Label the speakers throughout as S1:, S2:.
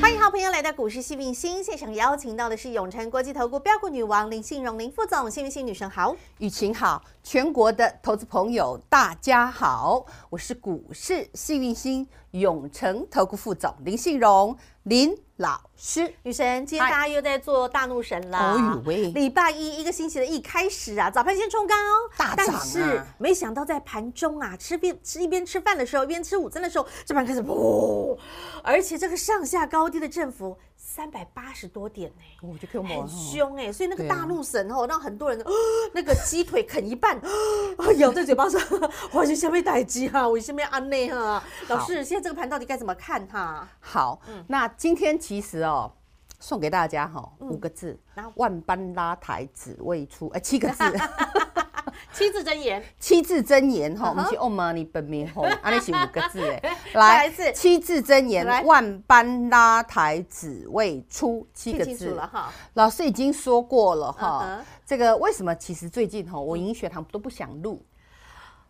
S1: 欢迎好朋友来到股市幸运星现场，邀请到的是永诚国际投顾标股女王林信荣林副总，幸运星女神好。
S2: 雨晴好，全国的投资朋友大家好，我是股市幸运星永诚投顾副总林信荣林老师。
S1: 女神，今天
S2: 嗨
S1: 大家又在做大怒神了。
S2: 哦呦喂
S1: 礼拜一一个星期的一开始啊，早盘先冲高，
S2: 大涨啊
S1: 但是没想到在盘中啊，吃边吃一边吃饭的时候，一边吃午餐的时候，这盘开始噗，而且这个上下高低的振幅三百八十多点呢、
S2: 哦我就 Q
S1: 很
S2: 我，
S1: 凶哎、所以那个
S2: 对啊
S1: 大陆神哦，让很多人、 那个鸡腿啃一半， 咬在嘴巴上， 我是下面逮鸡哈，我下面安内哈。老师，现在这个盘到底该怎么看哈？
S2: 好，那今天其实哦，送给大家哈、五个字
S1: 然后，
S2: 万般拉抬只为出，呃，七个 字，
S1: 七字真言，
S2: 七字真言哈、
S1: 嗯
S2: 我
S1: 哼
S2: 们去欧玛哦你本名 红，啊，那是五个字哎，
S1: 再来一次
S2: 七字真言
S1: 来，
S2: 万般拉抬只为出，七
S1: 听
S2: 个
S1: 清
S2: 字
S1: 楚了哈。
S2: 老师已经说过了哈
S1: 嗯哼
S2: 这个为什么其实最近哈，我银学堂都不想录，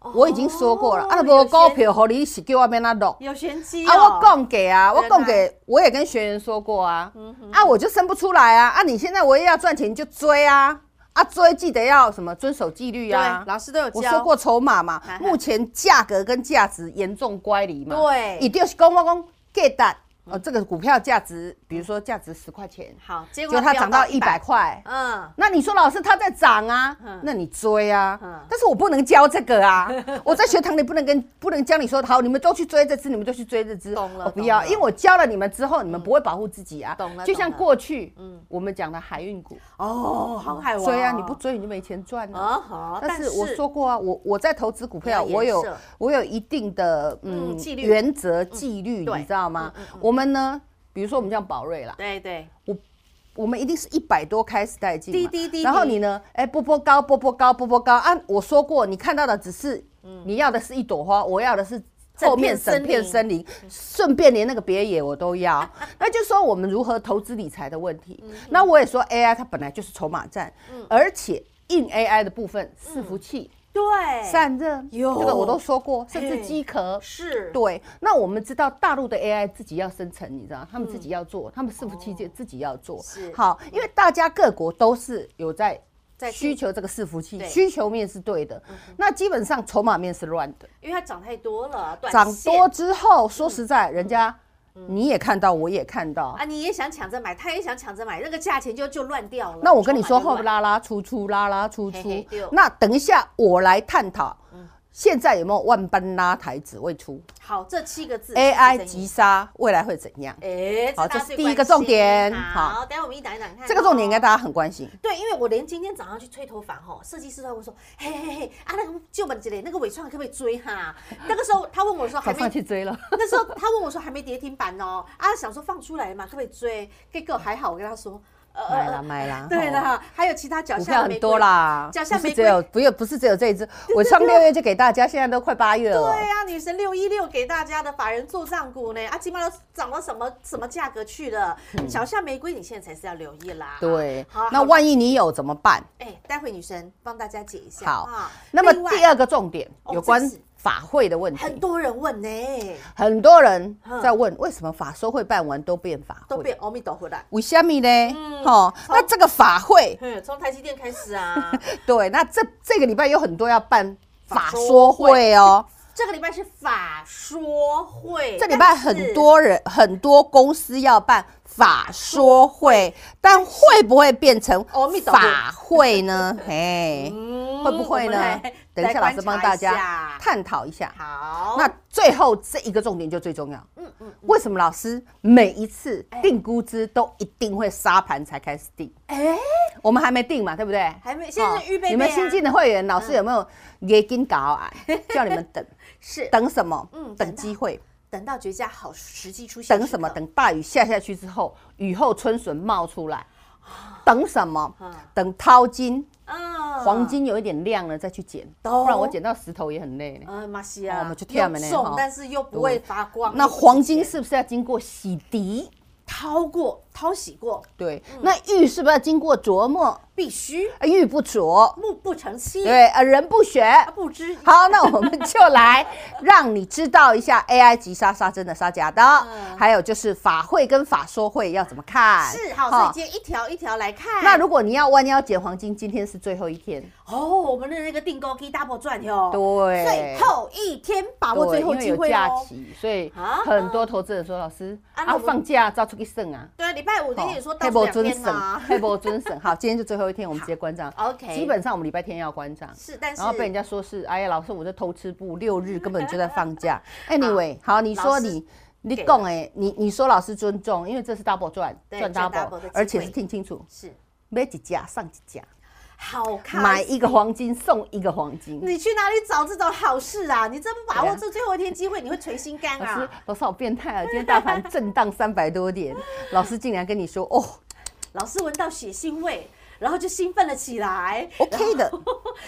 S1: 哦
S2: 我已经说过了，啊，
S1: 有
S2: 无股
S1: 玄
S2: 票和你是叫我边那录，啊，
S1: 有玄机哦
S2: 我供给啊，我
S1: 原来
S2: 供给，我也跟学员说过啊，啊，我就生不出来啊，啊，你现在唯一要赚钱就追啊，啊，追记得要什么遵守纪律啊
S1: 对，，老师都有
S2: 我
S1: 教
S2: 说过筹码嘛
S1: 哈哈，
S2: 目前价格跟价值严重乖离嘛，
S1: 对
S2: 一定是讲我讲 get that，呃，这个股票价值，比如说价值十块钱，
S1: 好，结
S2: 结
S1: 果
S2: 果嗯它
S1: 飙
S2: 涨到一百，块。
S1: 嗯，
S2: 那你说老师它在涨啊
S1: 嗯，
S2: 那你追啊
S1: 嗯，
S2: 但是我不能教这 个啊，我在学堂里不能跟不能教你说好，你们都去追这只，你们就去追这只，
S1: 懂了
S2: 我不
S1: 懂
S2: 要，
S1: 了嗯
S2: 因为我教了你们之后，你们不会保护自己啊，
S1: 懂了
S2: 就像
S1: 懂了
S2: 过去，我们讲的海运股，
S1: 哦，航海王，
S2: 追啊，你不追你就没钱赚啊。
S1: 啊好，
S2: 但是我说过啊，我我在投资股票，
S1: 不要
S2: 我有
S1: 颜色
S2: 我有一定的嗯
S1: 嗯纪律
S2: 原则纪律，
S1: 对嗯
S2: 你知道吗？我们呢，比如说我们像宝瑞啦，
S1: 对对，
S2: 我们一定是一百多开始带进嘛，
S1: 滴滴滴
S2: 然后
S1: 滴
S2: 你呢？哎，波波高，波波高，波波高啊！我说过，你看到的只是，你要的是一朵花，我要的是
S1: 嗯整
S2: 后
S1: 片
S2: 面整片
S1: 森嗯
S2: 森林，顺便连那个别野我都要。 那就说我们如何投资理财的问
S1: 嗯
S2: 题。那我也说 AI 它本来就是筹码战，而且硬 AI 的部分，伺服器、
S1: 对，
S2: 散热，
S1: 有
S2: 这个我都说过，甚至
S1: 嗯哎嘿
S2: 机壳。
S1: 是，
S2: 对，那我们知道大陆的 AI 自己要生成，你知道，他们自己要做，他们伺服器界自己要做。
S1: 嗯是
S2: 好，因为大家各国都是有在
S1: 在
S2: 需
S1: 去
S2: 求这个伺服器
S1: 对，嗯
S2: 需求面是对的，那基本上筹码面是乱的。
S1: 因为它涨太多了，短
S2: 涨
S1: 线
S2: 多之后，说实
S1: 嗯
S2: 在，人家你也看到，我也看到。
S1: 啊，你也想抢着买，他也想抢着买，那个价钱就就乱掉了。
S2: 那我跟你说，
S1: 筹码
S2: 后
S1: 就乱
S2: 拉拉出出，拉拉出出
S1: 嘿嘿对。嗯
S2: 那等一下，我来探讨，现在有没有万般拉抬只为出
S1: 好这七个字
S2: ？AI
S1: 急
S2: 急，杀，未来会怎样？
S1: 哎，
S2: 好
S1: 大家
S2: 这是
S1: 最
S2: 第一个
S1: 关心
S2: 重点
S1: 好，等一下我们一档一档看哦。
S2: 这个重点应该大家很关心。
S1: 对，因为我连今天早上去吹头发哈，设计师都在问说，嘿嘿嘿，啊那个旧本子嘞，那个尾创可不可以追哈？那个时候他问我说还
S2: 早
S1: 没
S2: 上去追了。
S1: 那时候他问我说还没跌停板哦，啊想说放出来嘛，可不可以追？结果还好，我跟他说，呃
S2: 买啦买啦
S1: 对
S2: 吼
S1: 啦，还有其他脚
S2: 股
S1: 下
S2: 票
S1: 的玫瑰
S2: 很多，啦，
S1: 脚下
S2: 不
S1: 玫
S2: 是
S1: 瑰
S2: 只有不要不是只有这 一只，我上六月就给大家，现在都快八月了
S1: 对。啊呀、女神六一六给大家的法人做账股呢，啊，基本上都涨到什么什么价格去了？小夏玫瑰，你现在才是要留意啦。
S2: 嗯对
S1: 好，，
S2: 那
S1: 好
S2: 万一你有怎么办？
S1: 哎，待会女神帮大家解一下。
S2: 好
S1: 啊
S2: 那么
S1: 另外
S2: 第二个重点
S1: 哦
S2: 有关
S1: 这是
S2: 法会的问题，
S1: 很多人问呢，
S2: 很多人
S1: 嗯
S2: 在问为什么法说会办完都变法
S1: 都
S2: 会，
S1: 被欧米斗回来。
S2: 为什么
S1: 嗯
S2: 呢？哦，那这个法会
S1: 嗯，从台积电开始 啊，
S2: 对，那这这个礼拜有很多要办
S1: 法
S2: 法
S1: 说
S2: 说
S1: 会
S2: 会哦，
S1: 这个礼拜是法说会，
S2: 这礼拜很多人很多公司要办法说会，但会不会变成
S1: 阿弥陀佛
S2: 法 会呢？嘿，
S1: 但是，嗯
S2: 会不会
S1: 我
S2: 呢
S1: 们来？
S2: 等一下老师帮大
S1: 来观
S2: 家
S1: 察一下
S2: 探讨一下。
S1: 好，
S2: 那最后这一个重点就最重要，
S1: 嗯嗯，
S2: 为什么老师每一次
S1: 哎
S2: 定估值都一定会沙盘才开始定？
S1: 哎，
S2: 我们还没定嘛，对不对？
S1: 还没现在是预备备啊
S2: 哦
S1: 嗯
S2: 你们新进的会 员，老师有没有也跟搞啊？叫你们等，
S1: 是
S2: 等什么
S1: 嗯？
S2: 等机会。
S1: 等到绝佳好时机出现，
S2: 等什么？等大雨下下去之后，雨后春笋冒出来，等什么？等淘金，
S1: 啊
S2: 黄。金有一点亮了再去捡，
S1: 懂
S2: 不然我捡到石头也很累呢。
S1: 嗯，马西
S2: 哦
S1: 亚，
S2: 我们就跳门嘞
S1: 又重
S2: 哈，
S1: 但是又不会发光。
S2: 那
S1: 又不值
S2: 黄金
S1: 钱
S2: 是不是要经过洗涤？
S1: 掏过、淘洗过，
S2: 对，
S1: 嗯
S2: 那玉是不是要经过琢磨？
S1: 必须
S2: 啊玉不琢，
S1: 目不成器，
S2: 对，啊，人不学。
S1: 他不知
S2: 好，那我们就来 让你知道一下 AI 级杀杀真的杀假的，还有就是法会跟法说会要怎么看？
S1: 嗯是好，所
S2: 哈
S1: 以今天一条一条来看。
S2: 那如果你要弯腰捡黄金，今天是最后一天，
S1: 哦，我们的那个订购 K double 赚哟，
S2: 对
S1: 最后一天把握啊
S2: 对
S1: 最后
S2: 因为
S1: 机
S2: 有
S1: 会
S2: 假
S1: 哦。
S2: 期，所以
S1: 啊
S2: 很多投资人说老师
S1: 啊
S2: 啊
S1: 那我
S2: 放假照出去剩啊，
S1: 对，礼拜五那天也说到
S2: 哦黑
S1: 这
S2: 无
S1: 两
S2: 准
S1: 天
S2: 省
S1: 嘛，，
S2: 黑博准省。好，今天就最后一天，我们直接关账。
S1: OK
S2: 基本上我们礼拜天要关账。
S1: 是，但是
S2: 然后被人家说是，哎呀，老师，我在偷吃不，六日根本就在放 假。Anyway，好，你
S1: 老
S2: 说
S1: 师
S2: 你你
S1: 给
S2: 讲哎，你你说老师尊重，因为这是 double 赚，
S1: 对
S2: 赚
S1: 赚 double 的
S2: double，
S1: 机
S2: 而且
S1: 会
S2: 是听清楚，
S1: 是
S2: 买几家上几家，
S1: 好看。
S2: 买一个黄金送一个黄金。
S1: 你去哪里找这种好事啊？你这不把
S2: 对
S1: 握
S2: 啊
S1: 住最后一天机会，你会捶心肝
S2: 老师
S1: 啊！，
S2: 老师好变态啊！今天大盘震荡三百多 点，老师竟然跟你说哦
S1: 老师闻到血腥味，然后就兴奋了起来。
S2: ，OK 的，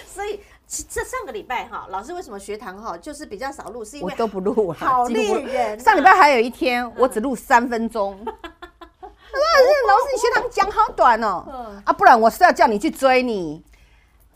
S1: 所以其这上个礼拜哈，老师为什么学堂哈就是比较少录，是因
S2: 我
S1: 为
S2: 都不录了，
S1: 好
S2: 几乎不录
S1: 猎人啊嗯
S2: 上礼拜还有一天，我只录三分 钟。我说老师，你学堂讲好短
S1: 嗯
S2: 哦，啊，不然我是要叫你去追你，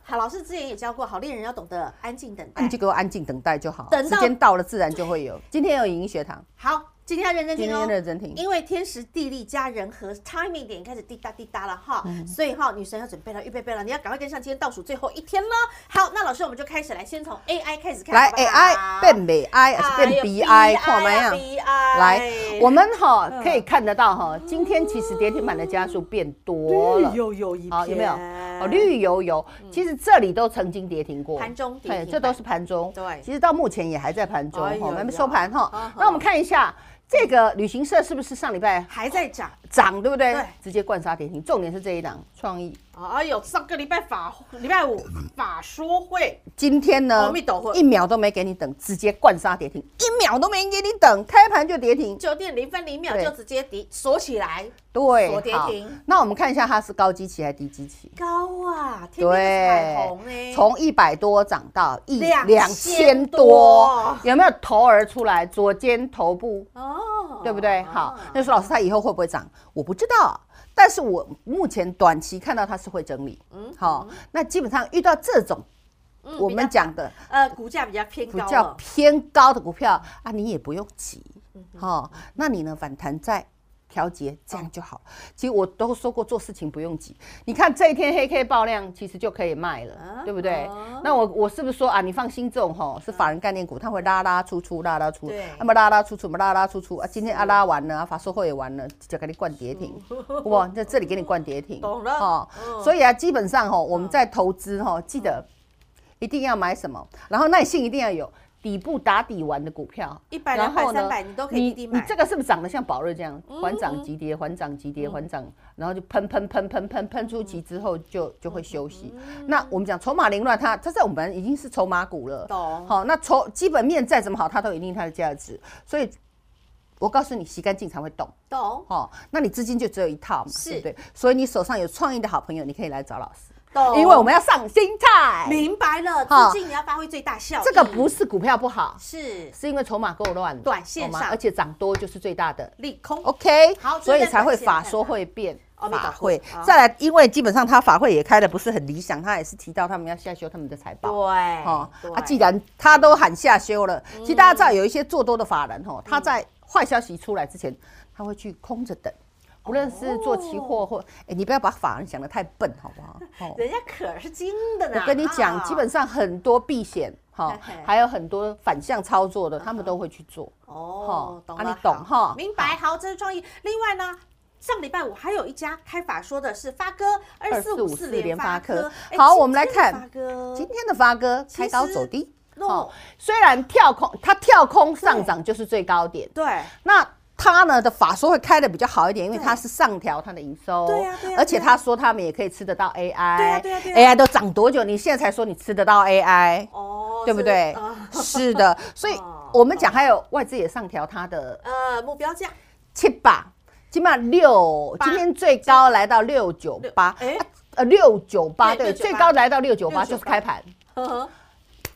S1: 好老师之前也教过，好恋人要懂得安静等
S2: 那
S1: 待
S2: 你。就给我安静等待就好，
S1: 哎等
S2: 时
S1: 到
S2: 间到了自然就会有。今天有影音学堂，
S1: 好，今天要认真
S2: 今
S1: 听
S2: 天
S1: 哦。
S2: 认真听，
S1: 因为天时地利加人和 timing 点开始滴答滴答了哈，
S2: 嗯
S1: 所以哈女神要准备了，预备备了，你要赶快跟上今天倒数最后一天了。好，那老师我们就开始来，先从 AI 开始看，啊
S2: 来
S1: 好不哎好
S2: AI 变美 I 还是变 BI，看没
S1: 呀
S2: 啊？
S1: ？BI
S2: 来，我
S1: 们
S2: 们哈
S1: 嗯
S2: 可以看得到哈，今天其实跌停板的家数变多了，
S1: 又有一
S2: 好有没有？哦，
S1: 篇
S2: 绿油油，其实这里都曾经跌停过，
S1: 盘中跌
S2: 对
S1: 停
S2: 这都
S1: 板
S2: 是盘中，
S1: 对
S2: 其实到目前也还在盘中
S1: 哎
S2: 哈，
S1: 呦
S2: 我们
S1: 呀
S2: 收盘
S1: 啊
S2: 哈
S1: 哈。
S2: 那我们看一下这个旅行社是不是上礼拜
S1: 还在涨，
S2: 涨，对不对
S1: 对？
S2: 直接灌杀跌停，重点是这一档创意，
S1: 哎呦，上个礼拜法礼拜五法说会，
S2: 今天呢
S1: 阿弥陀佛
S2: 一秒都没给你等，直接灌杀跌停，一秒都没给你等，开盘就跌停，
S1: 九点零分零秒
S2: 对
S1: 就直接跌锁起来，
S2: 对，
S1: 锁跌
S2: 好
S1: 停。
S2: 那我们看一下它是高基期还是低基期？
S1: 高啊，天天都是
S2: 对
S1: 彩虹呢，
S2: 从一百多涨到一
S1: 两
S2: 两
S1: 千
S2: 千
S1: 多
S2: 多，有没有头儿出来？左肩头部，
S1: 哦，
S2: 对不对？好
S1: 啊，
S2: 那说老师，它以后会不会涨？我不知道，但是我目前短期看到它是会整理。嗯，好，那基本上遇到这种
S1: 嗯
S2: 我
S1: 比
S2: 们
S1: 较
S2: 讲的
S1: 呃股价比较偏
S2: 比
S1: 高哦
S2: 较
S1: 了嗯
S2: 偏高的股票啊，你也不用急，好，那你呢反弹再调节，这样就好。其实我都说过，做事情不用急。你看这一天黑 K 爆量，其实就可以卖
S1: 啊
S2: 了，对不对
S1: 哦？
S2: 那我我是不是说啊，你放心这种吼是法人概念股，它会拉拉出出，拉拉出
S1: 对，
S2: 那么拉拉出出，么拉拉出出啊，今天啊拉完了，啊法说会也完了，就给你灌 跌停，哇，在这里给你灌跌停，
S1: 懂了
S2: 哦
S1: 嗯
S2: 所以啊，基本上吼我们在投资吼，记得。一定要买什么，然后耐心一定要有，底部打底完的股票，
S1: 100
S2: 然后呢
S1: 200 300你都可以
S2: 你
S1: 一定买嗯
S2: 你这个是不是长得像宝瑞这样，缓涨急跌，缓涨急跌，缓涨，然后就喷喷喷喷喷喷出去之后就就会休息。
S1: 嗯
S2: 那我们讲筹码凌乱，它它在我们已经是筹码股了，
S1: 懂
S2: 好，那筹基本面再怎么好，它都有一定它的价值，所以。我告诉你，洗干净才会动
S1: 懂
S2: 哦。那你资金就只有一套嘛，
S1: 是
S2: 对不对？所以你手上有创意的好朋友，你可以来找老师，
S1: 懂，
S2: 因为我们要上心态。
S1: 明白了，
S2: 好
S1: 资金你要发挥最大效益，
S2: 这个不是股票不好，
S1: 是
S2: 是因为筹码够乱，
S1: 短线上
S2: 懂吗而且涨多就是最大的。
S1: 利空
S2: OK，
S1: 好
S2: 所以
S1: 这是在
S2: 才会
S1: 短线
S2: 法
S1: 看
S2: 说
S1: 的
S2: 会变
S1: 哦没搞
S2: 法
S1: 错
S2: 会
S1: 好。
S2: 再来，因为基本上他法会也开的不是很理想，他也是提到他们要下修他们的财
S1: 对，
S2: 报。哦，啊，
S1: 对嗯
S2: 既然他都喊下修了，其实大家知道有一些做多的法人哦，他在坏消息出来之前，他会去空着等，不论是做期
S1: 哦
S2: 货或，哎，你不要把法人想得太笨，好不 好？哦，
S1: 人家可是精的呢，
S2: 我跟你讲，
S1: 啊
S2: 基本上很多避险哈
S1: 嘿嗯嘿，
S2: 还有很多反向操作的，他们都会去做。
S1: 哦
S2: 哈，
S1: 懂
S2: 啊
S1: 了，
S2: 你懂
S1: 好
S2: 哈
S1: 明白，好，这是创意。另外呢，上礼拜五还有一家开法说的是发哥二四五四
S2: 2454
S1: 联发科
S2: 联发科，
S1: 哎
S2: 好
S1: 今
S2: 我们来
S1: 天的
S2: 看
S1: 发哥，
S2: 今天的发哥
S1: 其
S2: 开高走
S1: 实
S2: 低，
S1: 那
S2: 哦，虽然跳空，它跳空上涨就是最高点。
S1: 对，
S2: 那它呢的法说会开的比较好一点，因为
S1: 对
S2: 它是上调它的营收，
S1: 对呀对呀
S2: 而且
S1: 对呀
S2: 他说他们也可以吃得到 AI，
S1: 呀对呀对呀
S2: a i 都涨多久？你现在才说你吃得到 AI，
S1: 哦，
S2: 对不
S1: 是
S2: 对
S1: 啊？
S2: 是的，所以
S1: 哦
S2: 我们讲还有外资也上调它的
S1: 呃，目标价
S2: 七八，起码六，
S1: 八
S2: 今天最高来到六九
S1: 六
S2: 八，
S1: 哎
S2: 啊呃六九八，
S1: 对
S2: 对，
S1: 698
S2: 最高来到六九八
S1: 698
S2: 就是开盘，
S1: 呵呵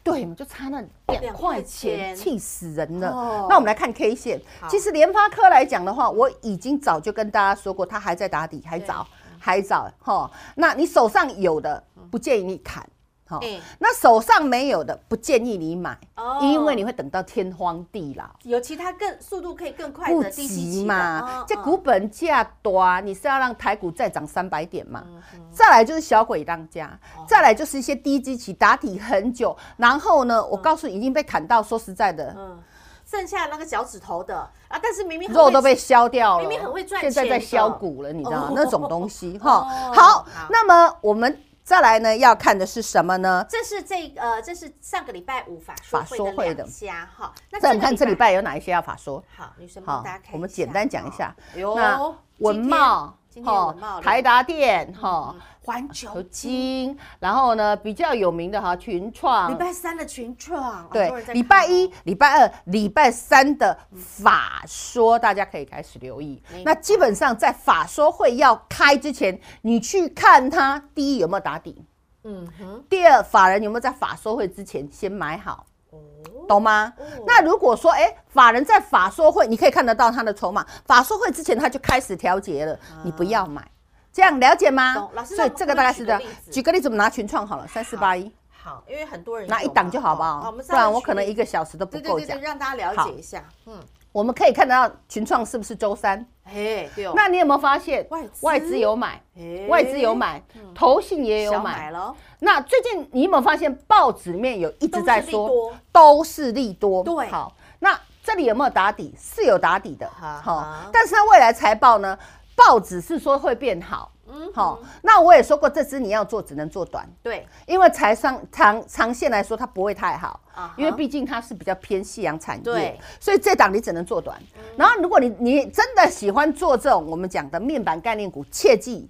S2: 对嘛，就差那两块钱，
S1: 两块钱
S2: 气死人了。
S1: 哦
S2: 那我们来看 K 线
S1: 好，
S2: 其实联发科来讲的话，我已经早就跟大家说过，它还在打底，还早，还早哈。那你手上有的
S1: 嗯
S2: 不建议你砍，哈
S1: 哎，
S2: 那手上没有的不建议你买
S1: 哦，
S2: 因为你会等到天荒地老。
S1: 有其他更速度可以更快
S2: 不
S1: 的低哦基
S2: 急
S1: 期
S2: 嘛
S1: 的，
S2: 这股本价大，你是要让台股再涨三百点嘛？
S1: 嗯
S2: 再来就是小鬼当家，
S1: 哦
S2: 再来就是一些低基期打底很久，然后呢，我告诉你已经被砍到，说实在的，
S1: 嗯嗯，嗯剩下那个脚趾头的啊，但是明明很
S2: 肉
S1: 会
S2: 都被削掉了，
S1: 明明很会赚
S2: 现在在
S1: 钱的
S2: 削骨了，你知道吗
S1: 哦
S2: 那种 东西
S1: 哦
S2: 哈。
S1: 好
S2: 好，那么我们再来呢，要看的是什么呢？
S1: 这是这呃，这是上个礼拜五法
S2: 法说
S1: 说
S2: 会
S1: 会
S2: 的
S1: 的两家哈。那
S2: 再我
S1: 这
S2: 们
S1: 个
S2: 看这礼拜有哪一些要法说？
S1: 好，女生
S2: 好
S1: 帮大家看一，下，
S2: 我们简单讲一下。那
S1: 有
S2: 文茂、
S1: 哦今天有文茂嗯
S2: 哈
S1: 了
S2: 台达电、哈
S1: 环球
S2: 合金，然后呢比较有名的哈群创，
S1: 礼拜三的群创，很多
S2: 对
S1: 人在
S2: 礼拜
S1: 看哦
S2: 一、礼拜二、礼拜三的法说，大家可以开始留意
S1: 没。
S2: 那基本上在法说会要开之前，你去看它第一有没有打底，
S1: 嗯哼，
S2: 第二法人有没有在法说会之前先买好。
S1: 哦
S2: 懂吗？那如果说，哎、法人在法说会，你可以看得到他的筹码。法说会之前他就开始调节了，你不要买，这样了解吗
S1: 啊懂？老师
S2: 所以
S1: 那我
S2: 这个大概
S1: 我
S2: 是
S1: 举
S2: 这
S1: 个
S2: 样
S1: 例。子
S2: 举个例子，我们拿群创好了，三四八一，
S1: 好，因为很多人
S2: 拿一
S1: 有
S2: 档
S1: 嘛
S2: 就好不
S1: 哦
S2: 好？
S1: 我们
S2: 不然我可能一
S1: 个
S2: 个小时都不
S1: 对对
S2: 够
S1: 对
S2: 讲
S1: 对，。让大家了
S2: 好
S1: 解一下，嗯，
S2: 我们可以看得到群创是不是周三？
S1: 嘿，对哦，
S2: 那你有没有发现
S1: 外资
S2: 外资有买，
S1: 嘿
S2: 外资有买，投信也有
S1: 小
S2: 买
S1: 买，了，
S2: 那最近你有没有发现报纸里面有一直在说都是利多？
S1: 对
S2: 好，那这里有没有打底？是有打底的，
S1: 哈
S2: 好
S1: 哈，
S2: 但是它未来财报呢？报纸是说会变好，嗯，好，那我也说过，这支你要做只能做短，
S1: 对，
S2: 因为财商长长线来说它不会太好
S1: 啊哈
S2: 因为毕竟它是比较偏夕阳产业
S1: 对，
S2: 所以这档你只能做短。然后如果你你真的喜欢做这种我们讲的面板概念股，切记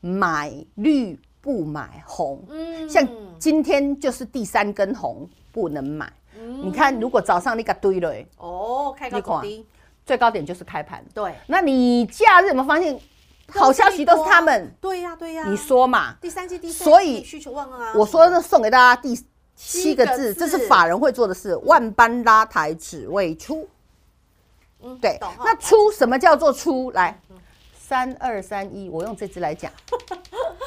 S2: 买绿不买红。
S1: 嗯
S2: 像今天就是第三根红不能买。
S1: 嗯
S2: 你看，如果早上那个堆了，
S1: 哦，开高
S2: 你看
S1: 走低，
S2: 最高点就是开盘。
S1: 对，
S2: 那你假日有没有发现好消息都是他们？
S1: 啊对呀对呀，
S2: 你说嘛？
S1: 第三季第三
S2: 所
S1: 季
S2: 以
S1: 需求旺啊，
S2: 我说这送给大家第七个
S1: 七个字
S2: 字，这是法人会做的事，万般拉抬只为出。
S1: 嗯
S2: 对
S1: 懂，哈
S2: 那出什么叫做出？来，三二三一，我用这支 来讲。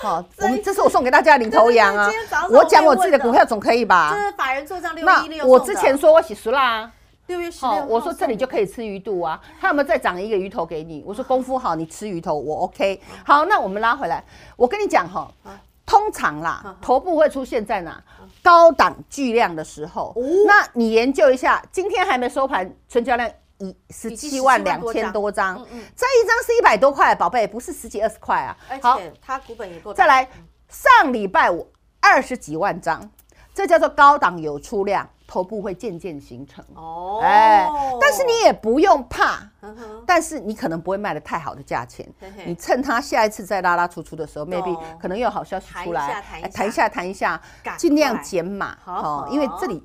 S2: 好，我们这是我送给大家的领头羊啊
S1: 对对对今天早！上
S2: 我讲我自己的
S1: 我被问的
S2: 股票总可以吧？
S1: 这是法人做账六一
S2: 啊那
S1: 六，
S2: 我之前说我洗熟啦、啊，
S1: 六月十
S2: 哦
S1: 六，，
S2: 我说这里就可以吃鱼肚啊，他有没有再长一个鱼头给你？我说功夫好，你吃鱼头我 OK。好，那我们拉回来，我跟你讲哈、通常啦，头部会出现在哪？高档巨量的时候。那你研究一下，今天还没收盘，成交量一十七万两千多张，嗯这一张是一百多块，宝贝，不是十几二十块啊
S1: 而。
S2: 好，
S1: 且它股本也够大，
S2: 再来，上礼拜五二十几万张，这叫做高档有出量，头部会渐渐形成。
S1: 哦，
S2: 哎，但是你也不用怕，
S1: 嗯哼，
S2: 但是你可能不会卖的太好的价钱
S1: 嘿嘿，
S2: 你趁它下一次再拉拉出出的时候，maybe
S1: 懂
S2: 可能又有好消息出来，
S1: 谈一下
S2: 哎谈
S1: 谈
S2: 一
S1: 一
S2: 下谈一下
S1: 赶，快
S2: 尽量减码
S1: 好
S2: 哦
S1: 好，
S2: 因为这里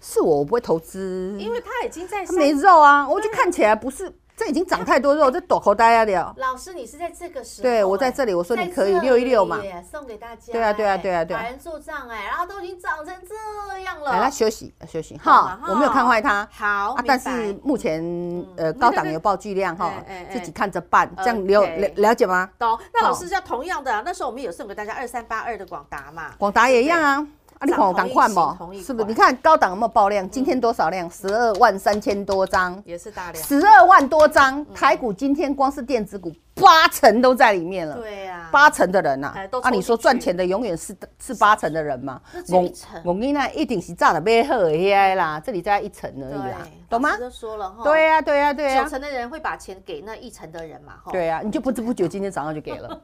S2: 是我，我不会投资，
S1: 因为它已经在
S2: 它没肉啊，我就看起来不是，这已经长 太多肉，这抖口袋了。
S1: 老师，你是在这个时候？
S2: 对我
S1: 哎
S2: 在这里我说你
S1: 在
S2: 可以
S1: 这
S2: 六一六
S1: 里
S2: 嘛
S1: 耶，送给大家。
S2: 对啊对啊
S1: 哎
S2: 对啊对啊
S1: 法人做账哎，然后都已经长成这样
S2: 来，哎他
S1: 了。
S2: 休息休息哈
S1: 好，
S2: 我没有看坏它。
S1: 好，明
S2: 啊，
S1: 白嗯
S2: 但是目前呃高档有报巨量哈
S1: 哎哎，哎
S2: 自己看着办，这样了了
S1: OK
S2: 了解吗？
S1: 懂。那
S2: 好
S1: 老师，像同样的，那时候我们有送给大家二三八二的广达嘛？
S2: 广达也一样啊。啊，你看我赶快嘛
S1: 涨同一，型
S2: 是不是？
S1: 同一款
S2: 你看高档有没有爆
S1: 嗯
S2: 量？今天多少量？十二万三千多张，
S1: 也是大量。
S2: 十二万多
S1: 嗯
S2: 张。台股今天光是电子股八成都在里面了，
S1: 对啊呀，
S2: 八成的人呐
S1: 哎都，
S2: 啊，
S1: 冲
S2: 你说
S1: 进去
S2: 赚钱的永远是是八成的人嘛
S1: 那？只有
S2: 我
S1: 一成
S2: 我跟你讲，一定是炸的被喝的 AI 啦，这里加一成而
S1: 对
S2: 已啦，懂吗
S1: 老师？都说了哈。
S2: 对呀，对呀，啊对呀
S1: 九。成的人会把钱给那一成的人嘛？哈。
S2: 对啊呀、你就不知不觉今天早上就给了。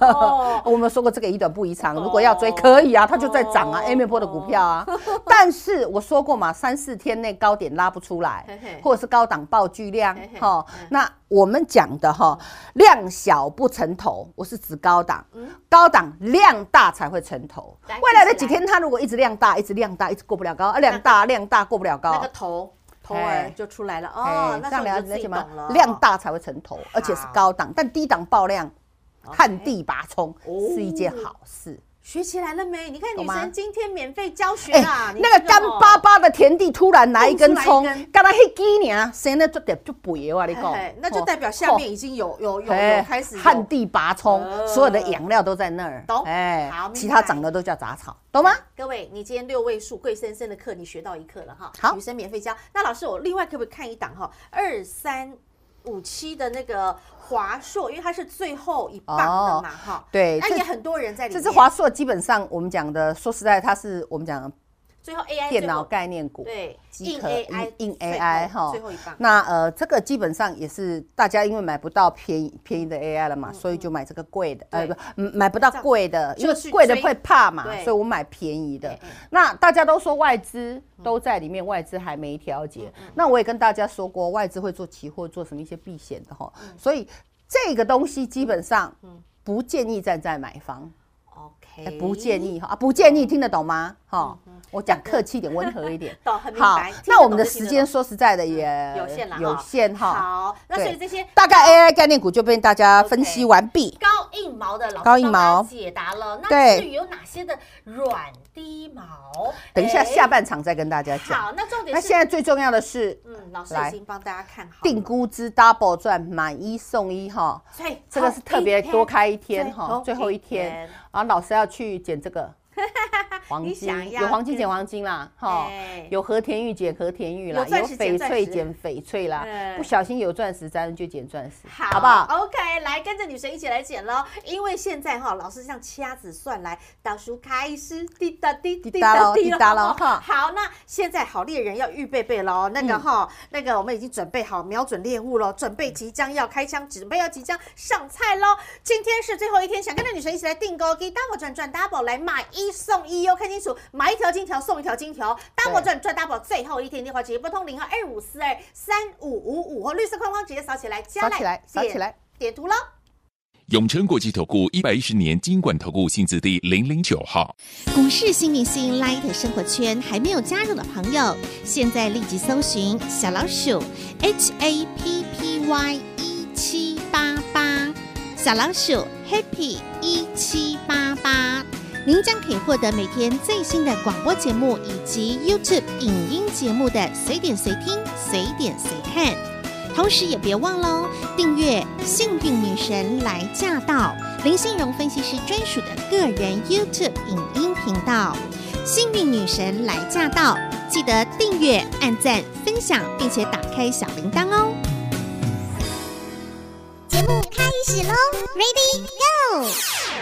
S1: 哦
S2: 我们说过这个宜短不宜长，如果要追可以啊，它就在涨啊
S1: 哦
S2: ，A 面波的股票 啊。但是我说过嘛，三四天内高点拉不出来
S1: 嘿嘿，
S2: 或者是高档爆巨量
S1: 嘿嘿
S2: 哈
S1: 嗯。
S2: 那我们讲的哈，量小不成头，我是指高档，高档量大才会成头
S1: 嗯来。
S2: 未来的
S1: 一起
S2: 几
S1: 来
S2: 天，它如果一直量大，一直量大，一直过不了高，啊，量大量大过不了高
S1: 那个，头头儿就出来了哦
S2: 哎，，
S1: 那
S2: 这
S1: 时
S2: 样
S1: 候
S2: 了
S1: 你就自
S2: 解
S1: 己
S2: 吗
S1: 懂了，
S2: 量大才会成头，而且是
S1: 好
S2: 高档，但低档爆量，旱地拔葱
S1: 哦
S2: 是一件好事。
S1: 学起来了没？你看女
S2: 懂吗
S1: 神今天免费教学
S2: 哎、
S1: 啊，你
S2: 那个
S1: 这
S2: 干
S1: 哦
S2: 巴巴的田地突然来一根葱
S1: 蹦出来一根，
S2: 干那黑鸡娘，生了就得就肥啊！我跟
S1: 嘿嘿
S2: 你讲，
S1: 那就代表下
S2: 哦
S1: 面已经有有有有
S2: 哎
S1: 开始有
S2: 旱地拔葱，
S1: 呃
S2: 所有的养料都在那儿。
S1: 懂
S2: 哎
S1: 好明白
S2: 其他长得都叫杂草，懂吗？
S1: 各位，你今天六位数贵生生的课你学到一课了哈，
S2: 好
S1: 女生免费教。那老师，我另外可不可以看一档哈？二三五七的那个华硕，因为它是最后一棒的嘛哈、
S2: 哦对
S1: 那
S2: 这
S1: 也很多人在里
S2: 这
S1: 面。
S2: 只华硕基本上我们讲的，说实在，它是我们讲的
S1: 最后 AI
S2: 电脑
S1: 最后
S2: 概念股。
S1: 哎对
S2: 即
S1: 硬
S2: 可
S1: AI
S2: 硬硬
S1: 最后
S2: AI 哈
S1: 最后一棒。
S2: 那呃，这个基本上也是大家因为买不到便宜便宜的 AI 了嘛，所以就买这个贵的，呃，
S1: 嗯对
S2: 不，嗯买不到
S1: 这样
S2: 贵的，因为
S1: 就是
S2: 贵的
S1: 追
S2: 会怕嘛
S1: 对，
S2: 所以我买便宜的
S1: 哎哎。
S2: 那大家都说外资
S1: 嗯
S2: 都在里面，外资还没调节。那我也跟大家说过，外资会做期货，做什么一些避险的哈，
S1: 嗯
S2: 所以这个东西基本上不建议站在买方。哎
S1: OK，
S2: 不建议哈，啊不建议听得懂吗？哈，我讲客气一点，温和一点。
S1: 嗯 懂很明
S2: 好
S1: 白。听得懂，
S2: 那我们的
S1: 就听
S2: 时
S1: 得
S2: 间
S1: 懂嗯
S2: 说实在的也
S1: 有限了，
S2: 有限哈。
S1: 好，那所以这
S2: 对
S1: 些
S2: 大概 AI 概念股就被大家分析完毕。
S1: 高硬毛的老师
S2: 高硬毛
S1: 帮大家解答了。那
S2: 对
S1: 至于有哪些的软低毛？
S2: 等一下
S1: 哎
S2: 下半场再跟大家讲。
S1: 好，那重点
S2: 那
S1: 是，
S2: 现在最重要的是
S1: 嗯，老师已
S2: 来
S1: 经帮大家看好了
S2: 定，估值 double 赚，买一送一哈。
S1: 所以
S2: 这个是特别多开一天
S1: 最后
S2: 哈，
S1: 一
S2: 最后一
S1: 天
S2: 天，啊，老师要去捡这 个黄
S1: 你
S2: 金
S1: 想，要
S2: 有黄金捡黄金啦，哈
S1: 哎，
S2: 有和田玉捡和田玉啦
S1: 有，
S2: 有
S1: 钻石捡
S2: 翡
S1: 钻
S2: 翠
S1: 石
S2: 捡翡翠啦
S1: 嗯，
S2: 不小心有钻石咱们就捡钻石，
S1: 好，
S2: 好不好？
S1: ？OK，来跟着女神一起来剪喽，因为现在哈，老师像掐指算来，倒数开始滴答滴哦
S2: 滴答咯滴答咯哈 嗯
S1: 好，那现在好猎人要预备备喽，那个哈，那个我们已经准备好瞄准猎物喽，准备即将要开枪，准备要即将上菜喽。今天是最后一天，想跟着女神一起来订购，给 double 转转 double 来买一送一哦，看清楚，买一条金条送一条金条，double 转赚 double，最后一天电话直接拨通零二二五四二三五五五，绿色框框直接扫起来，加
S2: 扫起来，扫起
S1: 点
S2: 来。
S1: 点图喽。
S3: 永诚国际投顾一百一十年金管投顾性质第零零九号。
S4: 股市新明星 Light 生活圈还没有加入的朋友，现在立即搜寻小老鼠 HAPPY 一 E 七八八，小老鼠 Happy 一七八八，您将可以获得每天最新的广播节目以及 YouTube 影音节目的随点随听、随点随看。同时也别忘喽，订阅《幸运女神来驾到》林信荣分析师专属的个人 YouTube 影音频道《幸运女神来驾到》，记得订阅、按赞、分享，并且打开小铃铛哦。节目开始喽，Ready Go！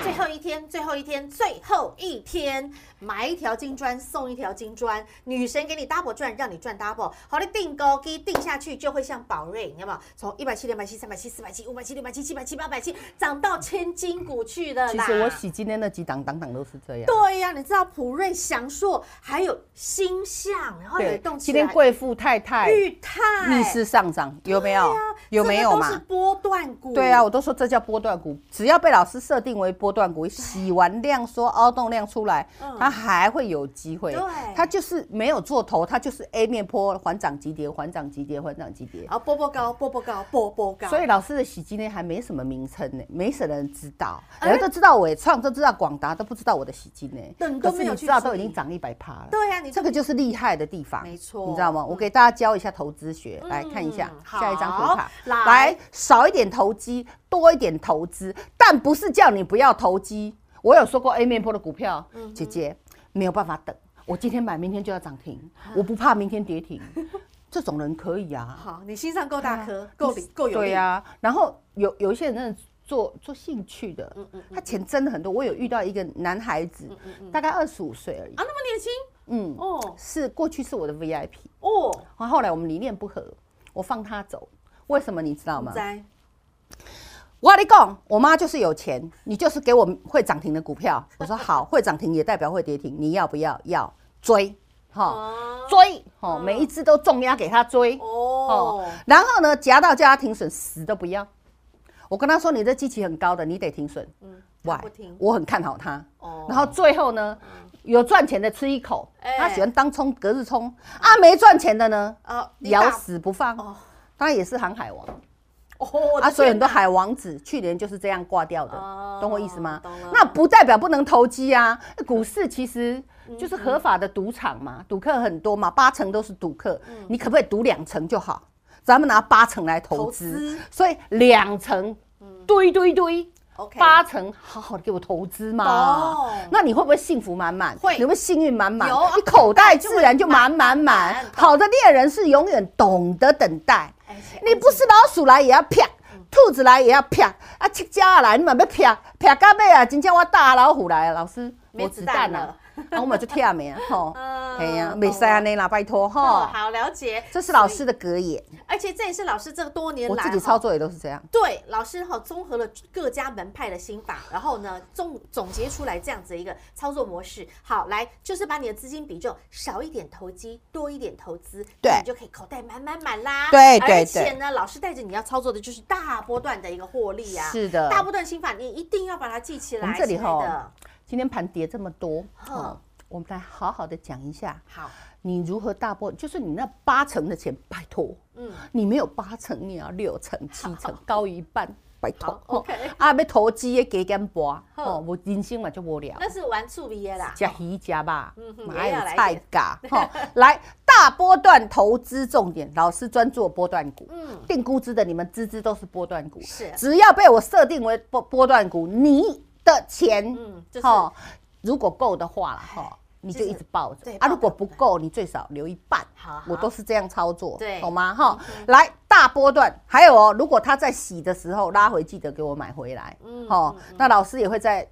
S1: 最后一天，最后一天，最后一天，买一条金砖送一条金砖，女神给你 double 赚，让你赚 double。好的，定高给定下去就会像宝瑞，你知道吗？从一百七、两百七、三百七、四百七、五百七、六百七、七百七、八百七，涨到千金股去了
S2: 其
S1: 啦。
S2: 实我洗今天那几档档档都是这样。
S1: 对呀、你知道普瑞、祥硕还有星象，然后有一栋起
S2: 今
S1: 来
S2: 天贵妇太太
S1: 裕泰
S2: 逆势上涨，有没有
S1: 对啊？
S2: 有没有
S1: 这个都是
S2: 嘛？
S1: 波段股。
S2: 对啊，我都说这叫波段股，只要被老师设定为波段股，洗完量缩凹动量出来，
S1: 嗯
S2: 它还会有机会。
S1: 对
S2: 它就是没有做头，它就是 A 面坡缓涨急跌，缓涨急跌，缓涨急跌
S1: 然。后波波高，波波高，波波高。
S2: 所以老师的洗今天还没什么名称呢，没什么人知道，
S1: 哎
S2: 人都知道伟创，都知道广达，都不知道我的洗今呢。
S1: 对你都
S2: 可是
S1: 没有
S2: 你
S1: 去
S2: 知道
S1: 注
S2: 都已
S1: 意
S2: 经涨一百趴了。
S1: 对呀、你
S2: 这个就是厉害的地方，
S1: 没错
S2: 你知道吗？我
S1: 嗯
S2: 给大家教一下投资学，来看一下
S1: 好
S2: 下一张图卡。
S1: 来
S2: 少一点投机，多一点投资，但不是叫你不要投机。我有说过 A 面波的股票，
S1: 嗯
S2: 姐姐没有办法等，我今天买，明天就要涨停，我不怕明天跌停， 这种人可以啊。
S1: 好，你心脏够大颗，够理哦够有力。
S2: 对啊呀、然后有有一些人真的做做兴趣的，
S1: 嗯
S2: 他钱真的很多。我有遇到一个男孩子，
S1: 嗯
S2: 大概二十五岁而已
S1: 啊，，那么年轻
S2: 嗯，
S1: 哦
S2: 是过去是我的 VIP。
S1: 哦，
S2: 然后后来我们理念不合，我放他走。为什么你知道吗？
S1: 在
S2: 我跟你讲，我妈就是有钱，你就是给我会涨停的股票。我说好，会涨停也代表会跌停，你要不要？要追，哈、
S1: 哦
S2: 追，哈、每一只都重压给他追，哦
S1: 哦，
S2: 然后呢，夹到叫他停损，死都不要。我跟他说你这基期很高的，你得停损。
S1: 嗯，他
S2: Why？
S1: 不听
S2: 我很看好他。
S1: 哦嗯
S2: 然后最后呢，有赚钱的吃一口，
S1: 哎
S2: 他喜欢当冲隔日冲啊，没赚钱的呢，
S1: 啊你
S2: 咬
S1: 打
S2: 死不放。
S1: 哦
S2: 他也是航海王
S1: 哦我的
S2: 啊，所以
S1: 天
S2: 很多
S1: 哪
S2: 海王子去年就是这样挂掉的，
S1: 哦
S2: 懂我意思吗
S1: 懂了？
S2: 那不代表不能投机啊，股市其实
S1: 嗯
S2: 就是合法的赌场嘛，赌客很多嘛，八成都是赌客，
S1: 嗯
S2: 你可不可以赌两成就好？咱们拿八成来投
S1: 投
S2: 资
S1: 资，嗯
S2: 所以两成堆堆堆。
S1: OK
S2: 八成好好的给我投资嘛
S1: 懂，
S2: 那你会不会幸福满满？
S1: 会
S2: 你会不会幸运满满
S1: 有啊？
S2: 你口袋
S1: 就会
S2: 自然就满满
S1: 满
S2: 满
S1: 满。
S2: 好的猎人是永远懂得等待，
S1: 而且
S2: 你不是老鼠来也要啪，兔子来也要啪，啊，七家来你嘛要啪，啪到尾啊，真正我大老虎来了，老师，
S1: 没
S2: 我
S1: 子弹了，
S2: 啊，我们就忝的啊，吼，
S1: 嗯
S2: 哎呀，
S1: 懂
S2: 袂使
S1: 了
S2: 安尼啦，拜托
S1: 哦
S2: 吼，，
S1: 好了解，
S2: 这是老
S1: 所
S2: 师的格言，
S1: 以，而且这也是老师这多年
S2: 我
S1: 来
S2: 自己
S1: 哈
S2: 操作也都是这样。
S1: 对，老师哈、综合了各家门派的心法，然后呢总总结出来这样子一个操作模式。好，来就是把你的资金比重少一点投机，多一点投资，
S2: 对
S1: 你就可以口袋满满满啦。
S2: 对对
S1: 而且呢，老师带着你要操作的就是大波段的一个获利啊。
S2: 是的
S1: 大波段心法你一定要把它记起来。
S2: 我们这里
S1: 亲爱
S2: 哈
S1: 的
S2: 今天盘跌这么多，
S1: 嗯
S2: 哦，我们来好好的讲一下，
S1: 好，
S2: 你如何大波，就是你那八成的钱，拜托，
S1: 嗯，
S2: 你没有八成，你也要六成、七 成，高于一半，拜托
S1: 好。
S2: 吼
S1: OK
S2: 啊，要投资的加减博，
S1: 好
S2: 吼，我人生嘛就无聊。
S1: 那是玩醋毕业啦。
S2: 加鱼加吧
S1: 嗯哼，
S2: 还
S1: 也
S2: 有
S1: 要来一
S2: 菜
S1: 点
S2: 嘎哈，吼来大波段投资重点，老师专做波段股，
S1: 嗯
S2: 定估值的你们资资都是波段股，
S1: 是啊
S2: 只要被我设定为波波段股，你的钱，
S1: 嗯就是
S2: 吼如果够的话啦，哈，你就一直抱着
S1: 对，抱
S2: 啊，
S1: 着
S2: 如果不够，你最少留一半
S1: 好好，
S2: 我都是这样操作，
S1: 对嗯
S2: 懂吗？哈，来大波段，还有哦，如果它在洗的时候拉回，记得给我买回来，
S1: 嗯
S2: 哦
S1: 嗯，
S2: 那老师也会在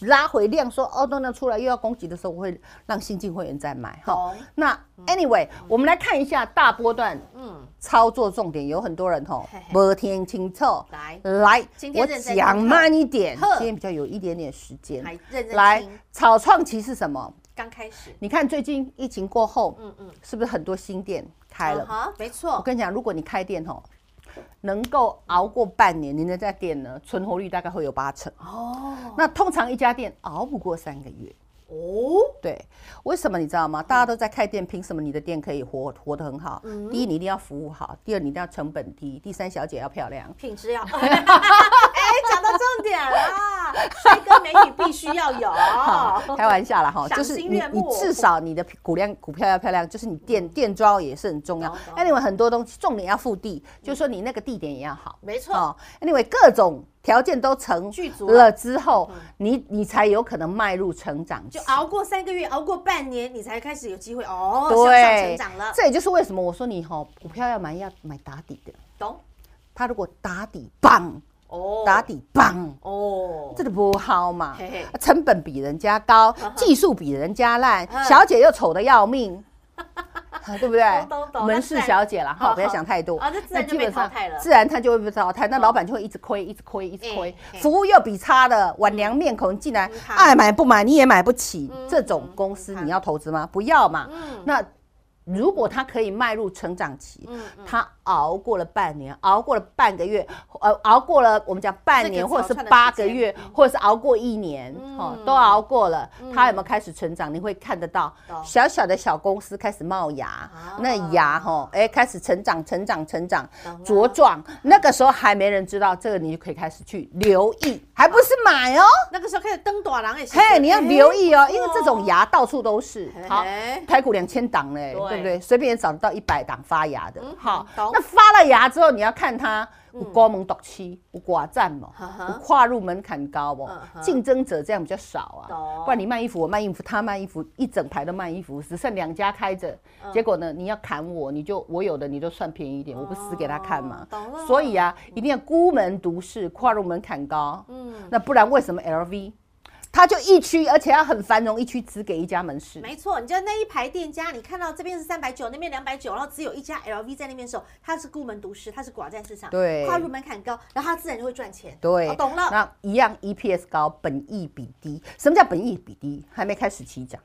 S2: 拉回量说哦，那那出来又要攻击的时候，我会让新进会员再买哈
S1: 懂。
S2: 那 anyway，我们来看一下大波段
S1: 嗯，
S2: 操作重点，有很多人吼
S1: 嘿嘿
S2: 没听清楚。
S1: 来，
S2: 来
S1: 今，天
S2: 我
S1: 认真
S2: 讲
S1: 听课
S2: 慢一点
S1: 呵，
S2: 今天比较有一点点时间
S1: 还。认真
S2: 来
S1: 听，，
S2: 草创期是什么？
S1: 刚开始，
S2: 你看最近疫情过后，
S1: 嗯嗯，
S2: 是不是很多新店开了？
S1: 好，嗯没
S2: 我
S1: 错，
S2: 跟你讲，如果你开店吼，能够熬过半年，你那家店呢，存活率大概会有八成。
S1: 哦
S2: 那通常一家店熬不过三个月。
S1: 哦，
S2: 对，为什么你知道
S1: 嗯
S2: 吗？大家都在开店，凭什么你的店可以活活得很好？
S1: 嗯
S2: 第一，你一定要服务好；第二，你一定要成本低；第三，小姐要漂亮。
S1: 品质要， 哎，讲到重点啦，帅哥美女必须要有，
S2: 开玩笑啦哈，
S1: 哦赏
S2: 就是
S1: 心
S2: 你
S1: 悦
S2: 你
S1: 目嗯
S2: 至少你的股量股票要漂亮，就是你店店装也是很重要
S1: 懂。懂
S2: Anyway，很多东西重点要腹地，就是说你那个地点也要好。
S1: 嗯没错
S2: 哦 Anyway，各种条件都成
S1: 具足了
S2: 了之后，你你才有可能迈入成长期
S1: 嗯就。熬过三个月，熬过半年，你才开始有机会哦，向上成
S2: 对
S1: 长了，，
S2: 这也就是为什么我说你哈股票要买要买打底的，
S1: 懂？
S2: 它如果打底棒
S1: 哦，
S2: 打底棒。
S1: 哦，
S2: 这个不好嘛
S1: 嘿嘿，
S2: 成本比人家高，技术比人家烂
S1: 嗯，
S2: 小姐又丑的要命。 啊对不对
S1: 懂懂？懂
S2: 门市小姐啦，
S1: 那自然
S2: 哈，不要想太多
S1: 好好啊那自然就被淘汰了嗯
S2: 自然她就会被淘汰，那老板就会一直亏，一直亏，一直亏
S1: 哎哎。
S2: 服务又比差的，碗凉面孔进来
S1: 嗯，好
S2: 爱买不买你也买不起
S1: 嗯，
S2: 这种公司
S1: 嗯好
S2: 你要投资吗？不要嘛。
S1: 嗯
S2: 那如果他可以迈入成长期，
S1: 嗯嗯
S2: 他熬过了半年，熬过了半个月，呃，熬过了我们讲半
S1: 这
S2: 年，
S1: 个
S2: 或者是
S1: 草创的时
S2: 八个
S1: 间嗯
S2: 月，或者是熬过一年，哦，都熬过了，他有没有开始成长？你会看得到
S1: 懂，啊
S2: 小小的小公司开始冒芽，那芽哈，哎，开始成长，成长，成长
S1: 懂了，
S2: 茁壮。那个时候还没人知道，这个你就可以开始去留意，还不是买哦。
S1: 那个时候开始哎登短廊也是，
S2: 嘿，你要留
S1: 意，
S2: 意哦，因为这种芽到处都是
S1: 嘿。
S2: 好
S1: 嘿，
S2: 台股两千档嘞，
S1: 对
S2: 对不对？随便也找得到一百档发芽的
S1: 嗯。
S2: 好，
S1: 懂
S2: 那发了芽之后，你要看它有高门独期，有寡占嘛
S1: 嗯，哼
S2: 有跨入门槛高不
S1: 嗯哼？
S2: 竞争者这样比较少
S1: 懂
S2: 啊，不然你卖衣服，我卖衣服，他卖衣服，一整排都卖衣服，只剩两家开着。
S1: 嗯
S2: 结果呢，你要砍我，你就我有的你就算便宜一点，我不死给他看嘛
S1: 哦懂了。
S2: 所以啊，一定要孤门独市，跨入门槛高。
S1: 嗯，
S2: 那不然为什么 LV 它就一区，而且要很繁荣，一区只给一家门市？
S1: 没错，你知道那一排店家，你看到这边是三百九，那边两百九，然后只有一家 LV 在那边的时候，它是孤门独食，它是寡占市场，
S2: 对
S1: 跨入门槛高，然后它自然就会赚钱，
S2: 对
S1: 哦，懂了，
S2: ，E 那一样 EPS 高，本益比低。什么叫本益比低？还没开始起涨。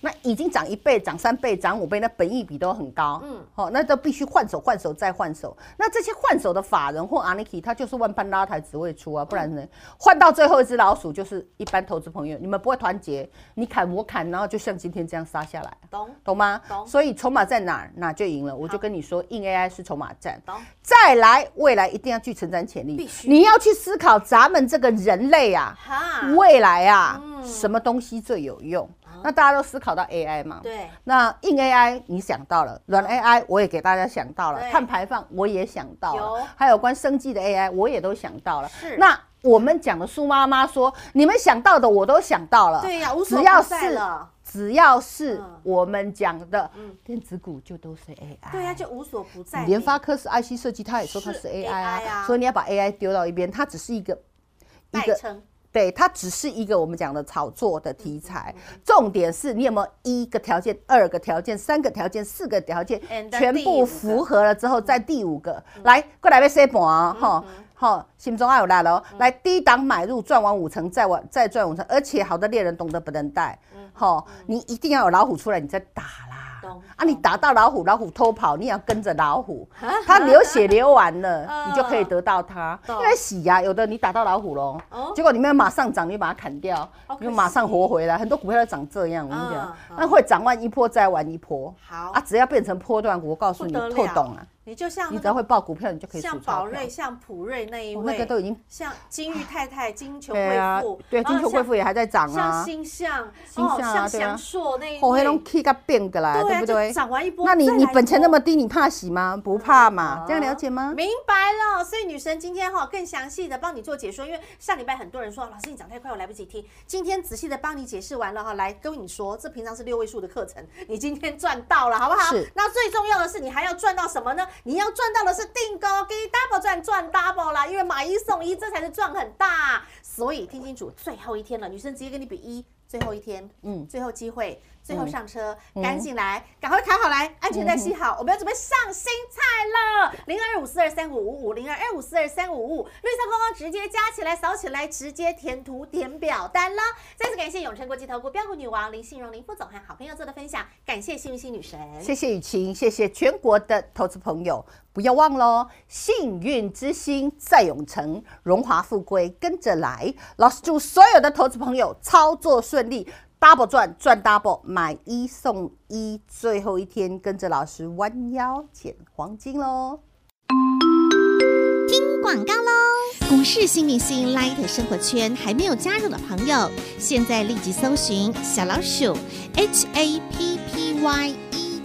S2: 那已经涨一倍、涨三倍、涨五倍，那本益比都很高，
S1: 嗯
S2: 嗯，好、那都必须换手、换手再换手。那这些换手的法人或 Aniki，他就是万般拉抬只会出啊，
S1: 嗯
S2: 不然呢，换到最后一只老鼠就是一般投资朋友，你们不会团结，你砍我砍，然后就像今天这样杀下来，啊
S1: 懂
S2: 懂吗？
S1: 懂
S2: 所以筹码在哪儿，哪就赢了。我就跟你说，硬 AI 是筹码战。
S1: 懂
S2: 再来，未来一定要去承担潜力，
S1: 必须
S2: 你要去思考咱们这个人类啊，
S1: 哈，
S2: 未来啊，
S1: 嗯啊
S2: 什么东西最有用？那大家都思考到 AI 嘛？。
S1: 对，
S2: 那硬 AI 你想到了，软 AI 我也给大家想到了
S1: 对，
S2: 碳排放我也想到
S1: 有
S2: 了，还有关生计的 AI 我也都想到了
S1: 是。
S2: 那我们讲的苏妈妈说，你们想到的我都想到了。
S1: 对呀无所
S2: 只要
S1: 不在
S2: 是
S1: 了
S2: 只要是
S1: 嗯
S2: 我们讲的
S1: 嗯
S2: 电子股就都是 AI。
S1: 对呀、就无所不在。
S2: 联哎发科是 IC 设计，他也说它
S1: 是
S2: 是 AI 啊
S1: AI 啊
S2: 所以你要把 AI 丢到一边，它只是一个一
S1: 代
S2: 个
S1: 称
S2: 对，它只是一个我们讲的炒作的题材，重点是你有没有一个条件、二个条件、三个条件、四个条件
S1: And then
S2: 全
S1: 第五个
S2: 部符合了之后，再第五个嗯来过来要洗盘啊，吼吼，心中要有力咯，来低档买入赚完五成，再完再赚五成，而且好的猎人懂得不能带，吼，你一定要有老虎出来，你再打啦
S1: 懂。
S2: 啊，你打到老虎，老虎偷跑，你也要跟着老虎，它流血流完 了，你就可以得到它。
S1: 啊懂
S2: 因为洗呀、有的你打到老虎喽，
S1: 哦
S2: 结果你没有马上涨，你就把它砍掉
S1: 好，可惜
S2: 你就马上活回来。很多股票都涨这样，我跟你
S1: 嗯
S2: 讲，
S1: 嗯
S2: 那会涨完一波再玩一波。
S1: 好
S2: 啊，只要变成波段股，我告诉
S1: 不
S2: 你，
S1: 得
S2: 透
S1: 了，
S2: 懂啊！
S1: 你就像、那个、
S2: 你只要会报股票，你就可以数
S1: 像
S2: 钞
S1: 宝
S2: 票
S1: 瑞、。像普瑞那一
S2: 我
S1: 位，
S2: 那个都已经
S1: 像金玉太太、金球
S2: 对
S1: 贵
S2: 啊
S1: 妇，，
S2: 对，
S1: 然后
S2: 金球贵妇也还在涨
S1: 像像
S2: 啊，
S1: 星象、
S2: 星
S1: 哦
S2: 象啊
S1: 像
S2: 对啊
S1: 祥硕那一
S2: 后黑龙
S1: 位，
S2: K 给变过来，
S1: 对
S2: 对
S1: 啊，
S2: 不
S1: 就
S2: 对？
S1: 涨完一波，
S2: 那你
S1: 再来啊
S2: 你
S1: 一
S2: 本钱
S1: 波
S2: 那么低，你怕洗吗？不怕嘛，这样了解吗？
S1: 哦明白了，所以女神今天哈、更详细的帮你做解说，因为上礼拜很多人说老师你讲太快，我来不及听。今天仔细的帮你解释完了哈、来跟你说，这平常是六位数的课程，你今天赚到了，好不好？
S2: 是
S1: 那最重要的是，你还要赚到什么呢？你要赚到的是定高给 double 赚赚 double 啦，因为买一送一，这才是赚很大。所以听清楚，最后一天了，女生直接跟你比一。最后一天，嗯，
S2: 嗯
S1: 最后机会，最后
S2: 嗯
S1: 上车，赶紧来，赶快卡好来，安全带系好，我们要准备上新菜了。零二五四二三五五五，零二二五四二三五五，绿色框框直接加起来，扫起来，直接填图填表单了。再次感谢永诚国际投顾标股女王林信荣林副总和好朋友做的分享，感谢幸运星女神。
S2: 谢谢雨晴，谢谢全国的投资朋友，不要忘喽！幸运之星在永城，荣华富贵跟着来。老师祝所有的投资朋友操作顺利，double 赚赚 double，买一送一，最后一天跟着老师弯腰捡黄金喽！
S4: 广告喽！股市新明星 Light 生活圈还没有加入的朋友，现在立即搜寻小老鼠 HAPPY 一 E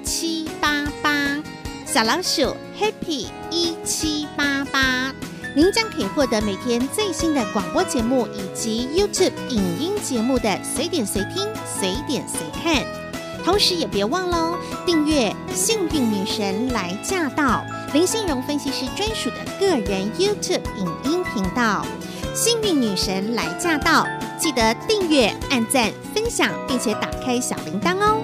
S4: 七八八，小老鼠 Happy 一七八八，您将可以获得每天最新的广播节目以及 YouTube 影音节目的随点随听、随点随看。同时也别忘喽，订阅《幸运女神来驾到》林信荣分析师专属的个人 YouTube 影音频道《幸运女神来驾到》，记得订阅、按赞、分享，并且打开小铃铛哦。